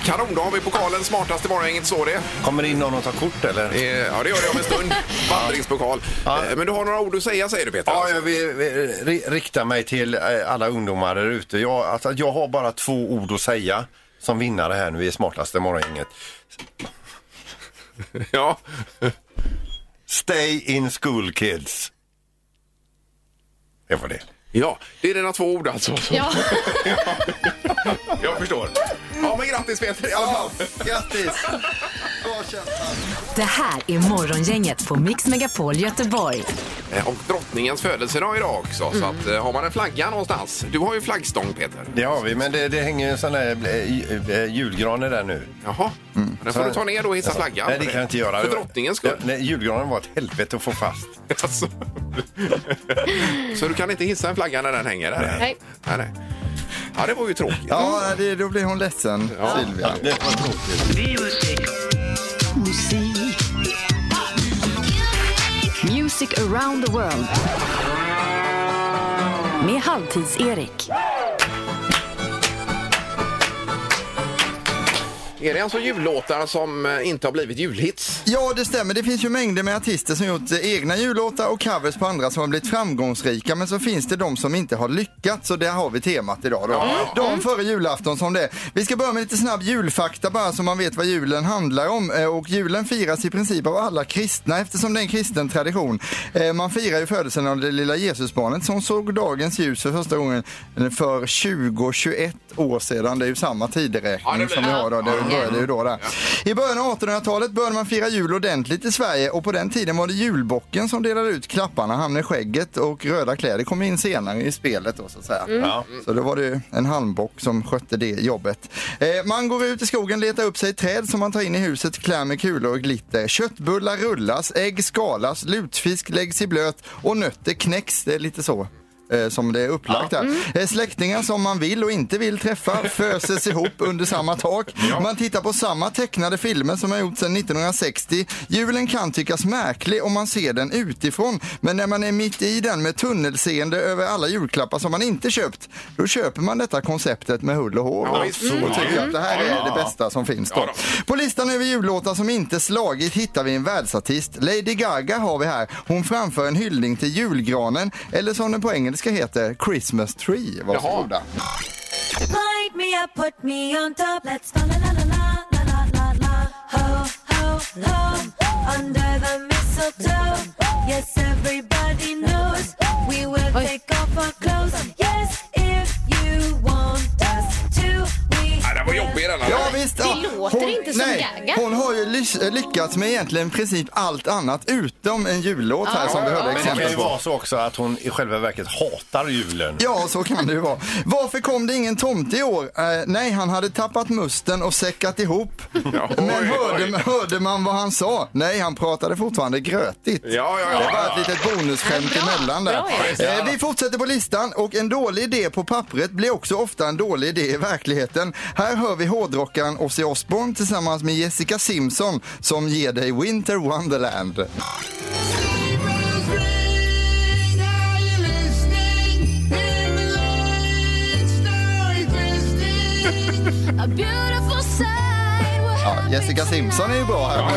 Speaker 2: Kanon, då har vi pokalen smartaste morgongänget, så det.
Speaker 4: Kommer det in någon och tar kort eller?
Speaker 2: Eh, ja, det gör det om en stund. Vandringspokal. Eh, men du har några ord att säga, säger du Peter?
Speaker 4: Ja, jag vill, vill ri- rikta mig till eh, alla ungdomar där ute. Jag, alltså, jag har bara två ord att säga som vinnare här nu i smartaste morgongänget.
Speaker 2: ja.
Speaker 4: Stay in school kids. Det var det.
Speaker 2: Ja, det är dina två ord alltså.
Speaker 3: Ja,
Speaker 2: Jag förstår. Ja, men grattis Peter i alla fall.
Speaker 5: Grattis! Bra kämpat.
Speaker 1: Det här är Morgongänget på Mix Megapol Göteborg.
Speaker 2: Eh, Och drottningens födelsedag idag också.
Speaker 4: Mm.
Speaker 2: Så att, eh, har man en flagga någonstans. Du har ju flaggstång Peter.
Speaker 4: Det har vi, men det, det hänger ju en sån där eh, ju- eh, julgrane där nu.
Speaker 2: Jaha. Den får du ta ner då och hissa flaggan.
Speaker 4: Mm. Nej, det kan jag inte göra.
Speaker 2: För drottningens skull.
Speaker 4: Ja, nej, julgranen var ett helvete att få fast.
Speaker 2: Alltså. Så du kan inte hissa en flagga när den hänger där?
Speaker 3: Nej.
Speaker 2: nej, nej. Ja, det var ju tråkigt.
Speaker 5: Ja, det, då blir hon ledsen, Silvia.
Speaker 4: Det var tråkigt.
Speaker 1: Music around the world. Med Halvtids-Erik.
Speaker 2: Är det alltså jullåtar som eh, inte har blivit julhits?
Speaker 5: Ja, det stämmer. Det finns ju mängder med artister som gjort eh, egna jullåtar och covers på andra som har blivit framgångsrika. Men så finns det de som inte har lyckats och där har vi temat idag. Då. De före julafton som det är. Vi ska börja med lite snabb julfakta bara så man vet vad julen handlar om. Eh, Och julen firas i princip av alla kristna eftersom det är en kristen tradition. Eh, Man firar ju födelsen av det lilla Jesusbarnet som såg dagens ljus för första gången för 20-21 år sedan. Det är ju samma
Speaker 2: Ja, det
Speaker 5: tideräkning
Speaker 2: blir
Speaker 5: som vi
Speaker 2: det.
Speaker 5: har då. Det började ju då där. I början av 1800-talet började man fira jul ordentligt i Sverige och på den tiden var det julbocken som delade ut klapparna, hamnade i skägget och röda kläder kom in senare i spelet då så att säga. Så då var det ju en halmbock som skötte det jobbet. Eh, man går ut i skogen, letar upp sig träd som man tar in i huset, klär med kulor och glitter. Köttbullar rullas, ägg skalas, lutfisk läggs i blöt och nötter knäcks. Det är lite så eh, som det är upplagt här. Eh, Släktingar som man vill och inte vill träffa föses ihop under samma tak. Man tittar på samma tecknade filmer som har gjorts sedan 1960. Julen kan tyckas märklig om man ser den utifrån, men när man är mitt i den med tunnelseende över alla julklappar som man inte köpt, då köper man detta konceptet med hull och hår.
Speaker 2: Ja,
Speaker 5: Och
Speaker 2: visst.
Speaker 5: så tycker jag att det här är det bästa som finns då.
Speaker 2: Ja, då.
Speaker 5: På listan över jullåtar som inte slagit hittar vi en världsartist. Lady Gaga har vi här. Hon framför en hyllning till julgranen, eller som den på engelska heter, Christmas tree. Varsågoda.
Speaker 11: Light me up, put me on top. Let's fa la la la la la la la la. Ho ho ho. Under the mistletoe. Yes, everybody knows we will
Speaker 3: Oj.
Speaker 11: take off our clothes. Yes, if you want us to. We
Speaker 2: Ja, det var jobbig den här.
Speaker 5: Ja, visst,
Speaker 3: Det låter inte som Gaga.
Speaker 5: Hon har ju ly- lyckats med egentligen princip allt annat utom en jullåt här som vi hörde
Speaker 4: Men det kan
Speaker 5: exempel
Speaker 4: ju
Speaker 5: på.
Speaker 4: vara så också att hon i själva verket hatar julen.
Speaker 5: Ja, så kan det ju vara. Varför kom det ingen tomte i år? Eh, nej, han hade tappat musten och säckat ihop. Men hörde, hörde man vad han sa? Nej, han pratade fortfarande grötigt.
Speaker 2: Ja, ja, ja.
Speaker 5: det var ett litet bonusskämt
Speaker 2: Ja, bra.
Speaker 5: emellan där.
Speaker 2: Bra, ja.
Speaker 5: Eh, vi fortsätter på listan och en dålig idé på pappret blir också ofta en dålig idé i verkligheten. Här hör vi hårdrockaren Ozzy Osbourne tillsammans med Jessica Simpson som ger dig Winter Wonderland. Ja, Jessica Simpson är ju bra här.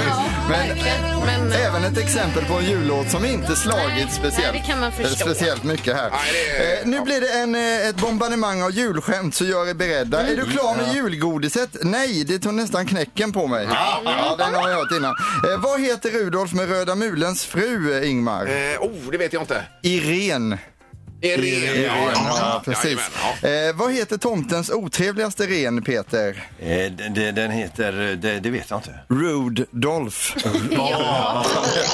Speaker 5: men,
Speaker 3: men- eh,
Speaker 5: även ett exempel på en jullåt som inte slagit speciellt,
Speaker 3: nej, det kan man förstå.
Speaker 5: eh, speciellt mycket här.
Speaker 2: det-
Speaker 5: eh, nu blir det en, eh, ett bombardemang av julskämt så gör er beredda.
Speaker 3: Mm.
Speaker 5: Är du klar med julgodiset? Nej, det tog nästan knäcken på mig. Ja, den har jag hört innan. Eh, vad heter Rudolf med röda mulens fru, eh, Ingmar?
Speaker 2: Eh, oh, det vet jag inte.
Speaker 5: Irene.
Speaker 2: Irene, ja, ja,
Speaker 5: ja,
Speaker 2: ja.
Speaker 5: precis.
Speaker 2: Jajamän,
Speaker 5: Eh, vad heter tomtens otrevligaste ren, Peter?
Speaker 4: Eh, d- d- Den heter, eh, det, det vet jag inte.
Speaker 5: Rude Dolph.
Speaker 4: Ja.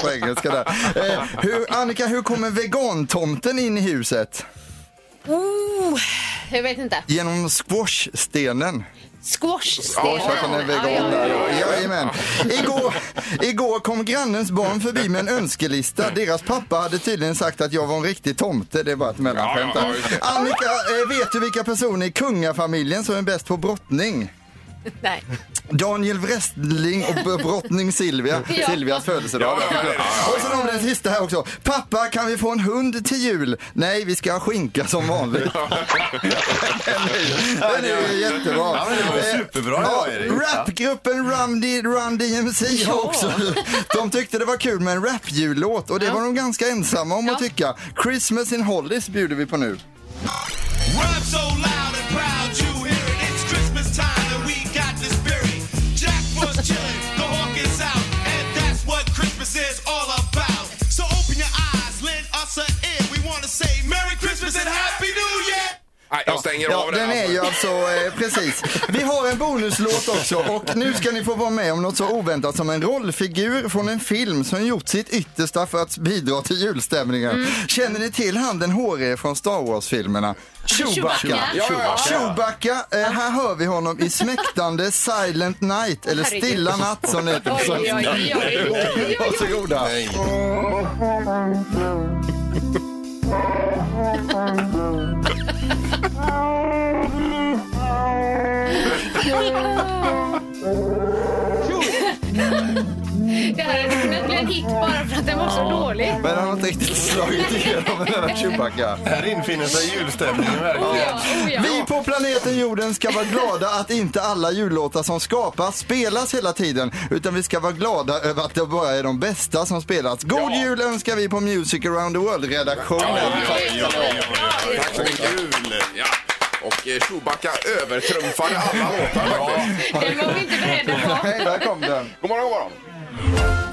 Speaker 5: på engelska där. Eh, hur, Annika, hur kommer vegantomten in i huset?
Speaker 3: Oh, jag vet inte.
Speaker 5: Genom squashstenen.
Speaker 3: Squashstenen.
Speaker 5: Squash, att den är
Speaker 3: Ja, ja,
Speaker 5: vegan
Speaker 3: ja.
Speaker 5: där. Jajamän. Igår, igår kom grannens barn förbi med en önskelista. Deras pappa hade tydligen sagt att jag var en riktig tomte. Det är bara ett mellanskämt.
Speaker 2: Ja, ja, ja, just det.
Speaker 5: Annika, eh, vet du vilka personer i kungafamiljen som är bäst på brottning?
Speaker 3: Nej.
Speaker 5: Daniel Wrestling och b- brottning Silvia.
Speaker 3: Ja.
Speaker 5: Silvias födelsedag.
Speaker 2: Ja, ja, ja, ja,
Speaker 5: Och så har vi den sista här också. Pappa, kan vi få en hund till jul? Nej, vi ska ha skinka som vanligt. den är ju jättebra. Eh,
Speaker 4: Ja, men det var ju superbra det var, Erik.
Speaker 5: Rapgruppen Run, D- Run DMC har också. De tyckte det var kul med en rapjullåt och det var de ganska ensamma om att tycka. Christmas in Hollis bjuder vi på nu.
Speaker 9: Run so loud and proud you hear it. It's Christmas time and we got this spirit. Jack was chilling, the hawk is out, and that's what Christmas is all about. So open your eyes, lend us an ear. We want to say Merry Christmas and Happy New Year.
Speaker 2: Nej, jag stänger
Speaker 5: Ja,
Speaker 2: av
Speaker 5: den är ju alltså, eh, precis. Vi har en bonuslåt också och nu ska ni få vara med om något så oväntat som en rollfigur från en film som gjort sitt yttersta för att bidra till julstämningen.
Speaker 3: Mm.
Speaker 5: Känner ni till han den hårige från Star Wars-filmerna? Chewbacca.
Speaker 3: Chewbacca.
Speaker 2: Ja, ja, ja.
Speaker 5: Chewbacka, eh, här hör vi honom i smäktande Silent Night, eller
Speaker 3: Herregud.
Speaker 5: Stilla Natt som det heter på
Speaker 3: Oj, oj,
Speaker 5: svenska.
Speaker 3: oj, oj, oj, oj.
Speaker 5: Varsågoda.
Speaker 3: Det här hade kunnat bli en hit bara för att den var så dålig.
Speaker 5: Men han har inte riktigt slagit igenom den här Chewbacca.
Speaker 4: Här infinner sig julstämningen verkligen.
Speaker 3: Ja, oh ja.
Speaker 5: Vi på planeten jorden ska vara glada att inte alla jullåtar som skapas spelas hela tiden. Utan vi ska vara glada över att det bara är de bästa som spelas. God jul önskar vi på Music around the world-redaktionen.
Speaker 2: Tack så mycket. Jul. Ja. Och eh, Chewbacca övertrumfade alla låtar faktiskt.
Speaker 3: Den var vi inte beredda på.
Speaker 5: Nej, där kom den.
Speaker 2: God morgon, god morgon.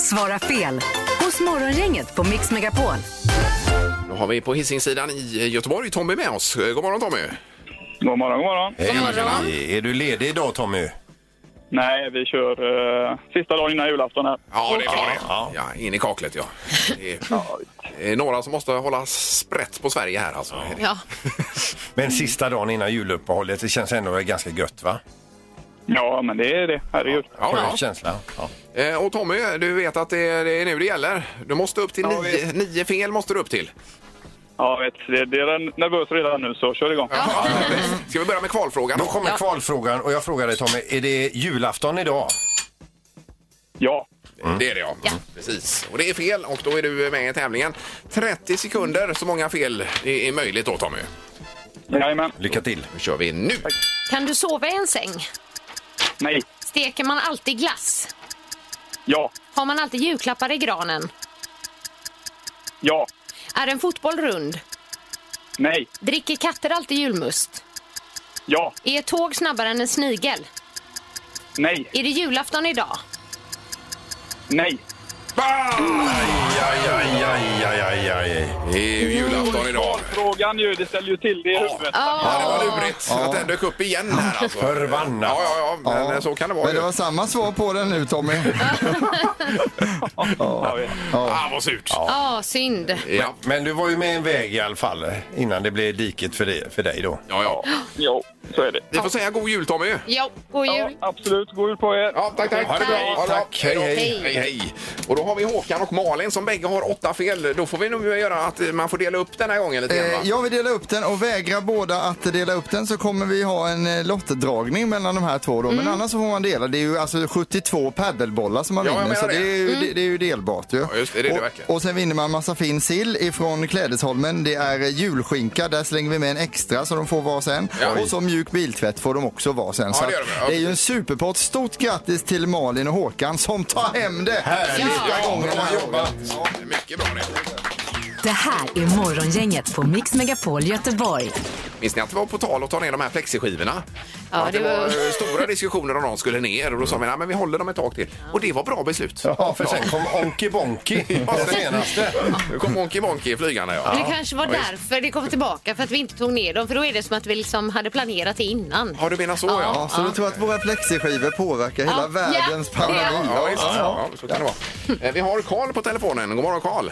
Speaker 1: Svara fel hos Morgongänget på Mix Megapol.
Speaker 2: Då har vi på Hisingssidan i eh, Göteborg Tommy med oss. Eh, God morgon Tommy.
Speaker 6: God morgon, god morgon.
Speaker 4: Hej. Eh, Är du ledig idag Tommy?
Speaker 6: Nej, vi kör eh, sista dagen innan julafton här.
Speaker 2: Ja, det är bra det. Ja, in i kaklet ja. Det är, det är några som måste hålla sprätt på Sverige här alltså.
Speaker 3: Ja.
Speaker 4: Men sista dagen innan juluppehållet, det känns ändå ganska gött va?
Speaker 6: Ja, men det är det. Herregud.
Speaker 4: Skön
Speaker 2: Ja,
Speaker 4: känsla. Ja.
Speaker 2: ja. Eh, Och Tommy, du vet att det är, det är nu det gäller. Du måste upp till
Speaker 6: Ja,
Speaker 2: nio, nio fel måste du upp till.
Speaker 6: Ja, vet, det, det är nervös redan nu, så kör igång.
Speaker 2: Ska vi börja med kvalfrågan?
Speaker 4: Då kommer kvalfrågan och jag frågar dig Tommy, är det julafton idag?
Speaker 6: Ja.
Speaker 2: Det är det ja. Mm. Precis. Och det är fel och då är du med i tävlingen. 30 sekunder, så många fel det är möjligt då Tommy.
Speaker 6: Jajamän.
Speaker 4: Lycka till.
Speaker 2: Då kör vi nu.
Speaker 3: Kan du sova i en säng?
Speaker 6: Nej.
Speaker 3: Steker man alltid glass?
Speaker 6: Ja.
Speaker 3: Har man alltid julklappar i granen?
Speaker 6: Ja.
Speaker 3: Är en fotboll rund?
Speaker 6: Nej.
Speaker 3: Dricker katter alltid julmust?
Speaker 6: Ja.
Speaker 3: Är ett tåg snabbare än en snigel?
Speaker 6: Nej.
Speaker 3: Är det julafton idag?
Speaker 6: Nej.
Speaker 2: Bang!
Speaker 4: aj, aj, aj, aj, aj, aj.
Speaker 2: Det är ju julafton idag.
Speaker 8: Frågan ju, det ställer ju till det i huvudet.
Speaker 2: Ja, det var lurigt att den dök upp igen här alltså.
Speaker 4: Förbannat.
Speaker 2: Ja, ja, ja, men eh, så kan det vara
Speaker 5: Men
Speaker 2: ju.
Speaker 5: det var samma svar på den nu Tommy.
Speaker 8: Ja, visst.
Speaker 2: Ah, vad surt.
Speaker 3: Ja, synd.
Speaker 2: Ja,
Speaker 4: Men du var ju med en väg i alla fall eh, innan det blev diket för dig, för dig då.
Speaker 2: ja, ja.
Speaker 8: Jo, så är det.
Speaker 2: Vi får säga god jul Tommy.
Speaker 3: Ja, god
Speaker 8: Ja,
Speaker 3: jul.
Speaker 8: absolut. God jul på er.
Speaker 2: Ja, tack, tack.
Speaker 4: Ha det bra.
Speaker 2: Ha det bra.
Speaker 4: Tack. Hej, hej.
Speaker 2: Hej, hej. Och då har vi Håkan och Malin som bägge har åtta fel. Då får vi nog göra att eh, man får dela upp den här gången lite grann, va?
Speaker 5: Eh, jag vill dela upp den och vägrar båda att dela upp den så kommer vi ha en eh, lottdragning mellan de här två då. Men annars så får man dela. Det är ju alltså 72 paddelbollar som man
Speaker 2: Mm. Ja, jag
Speaker 5: vinner
Speaker 2: menar
Speaker 5: så det.
Speaker 2: det. Mm.
Speaker 5: är ju, det, det är ju delbart ju.
Speaker 2: Ja, just det, det är det
Speaker 5: och,
Speaker 2: verkligen.
Speaker 5: och sen vinner man massa fin sill ifrån Klädesholmen. Det är eh, julskinka, där slänger vi med en extra som de får var sen.
Speaker 2: Ja.
Speaker 5: Och så mjuk biltvätt får de också var sen. så
Speaker 2: det gör
Speaker 5: att
Speaker 2: de, ja.
Speaker 5: det är ju en superpott. Stort grattis till Malin och Håkan som tar hem det!
Speaker 4: Härligt.
Speaker 5: Sista gången den här gången.
Speaker 2: Ja, mycket bra det.
Speaker 1: Det här är Morgongänget på Mix Megapol Göteborg.
Speaker 2: Minns ni att det var på tal att ta ner de här plexiskivorna?
Speaker 3: Ja,
Speaker 2: att det
Speaker 3: det
Speaker 2: var
Speaker 3: var-
Speaker 2: eh, stora diskussioner om de skulle ner och då sa vi nej men vi håller dem ett tag till. Och det var bra beslut.
Speaker 4: Ja, för sen kom Onky Bonky, den senaste.
Speaker 2: Nu kom Wonky Wonky flygande ja.
Speaker 3: Det kanske var därför det kom tillbaka, för att vi inte tog ner dem. För då är det som att vi liksom hade planerat det innan.
Speaker 2: Har du menat så
Speaker 5: Ja,
Speaker 2: ja?
Speaker 5: så du tror att våra plexiskivor påverkar hela
Speaker 3: Ja.
Speaker 5: världens
Speaker 3: Ja.
Speaker 5: pandemi?
Speaker 2: Ja, visst. ja, så kan det vara. Eh, Vi har Karl på telefonen. God morgon Karl.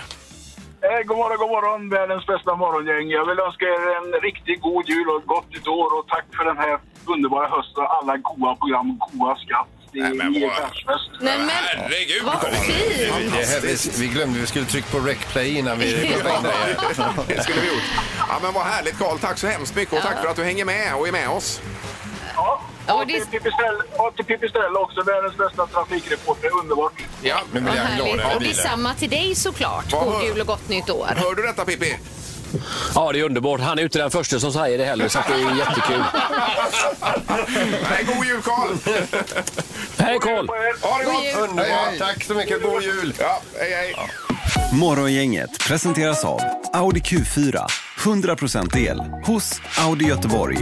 Speaker 6: Eh, god morgon, god morgon, världens bästa morgongäng. Jag vill önska er en riktigt god jul och ett gott nytt år och tack för den här underbara hösten och alla goa program och goa skratt. Det
Speaker 2: Nej, men
Speaker 6: är er
Speaker 2: vad-
Speaker 6: världsfest.
Speaker 3: Nej, men
Speaker 2: Herregud
Speaker 3: vad
Speaker 2: Karl.
Speaker 3: fint!
Speaker 4: Det här, vi, vi glömde vi skulle trycka på recplay innan vi plockade in dig.
Speaker 2: Det skulle vi gjort. Ja, men vad härligt Karl. Tack så hemskt mycket och tack för att du hänger med och är med oss.
Speaker 6: Ja.
Speaker 3: Ja,
Speaker 6: Och
Speaker 3: det-
Speaker 6: till Pippi Strell- och till Pippi Strell också, världens bästa trafikreporter. Underbart.
Speaker 2: Ja.
Speaker 4: Nu blir
Speaker 3: Vad
Speaker 4: jag glad
Speaker 3: härligt.
Speaker 4: över
Speaker 3: Och
Speaker 4: bilen.
Speaker 3: detsamma till dig såklart.
Speaker 2: Vad
Speaker 3: God
Speaker 2: hör-
Speaker 3: jul och gott nytt år.
Speaker 2: Hör du detta Pippi?
Speaker 12: Ja, det är underbart. Han är inte den första som säger det heller, så att det är jättekul.
Speaker 2: Nej, god jul Karl!
Speaker 12: Hej Karl!
Speaker 2: Ha det gott!
Speaker 4: Underbart, tack så mycket. God jul!
Speaker 2: Ja, hej hej!
Speaker 9: Morgongänget presenteras av Audi Q4. 100% el hos Audi Göteborg.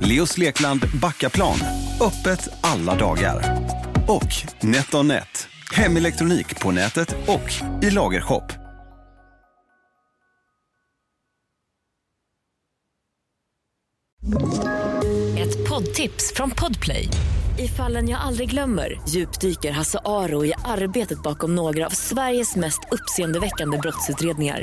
Speaker 9: Leos Lekland Backaplan. Öppet alla dagar. Och NetOnNet. Hemelektronik på nätet och i lagershop.
Speaker 13: Ett poddtips från Podplay. I fallen jag aldrig glömmer djupdyker Hasse Aro i arbetet bakom några av Sveriges mest uppseendeväckande brottsutredningar.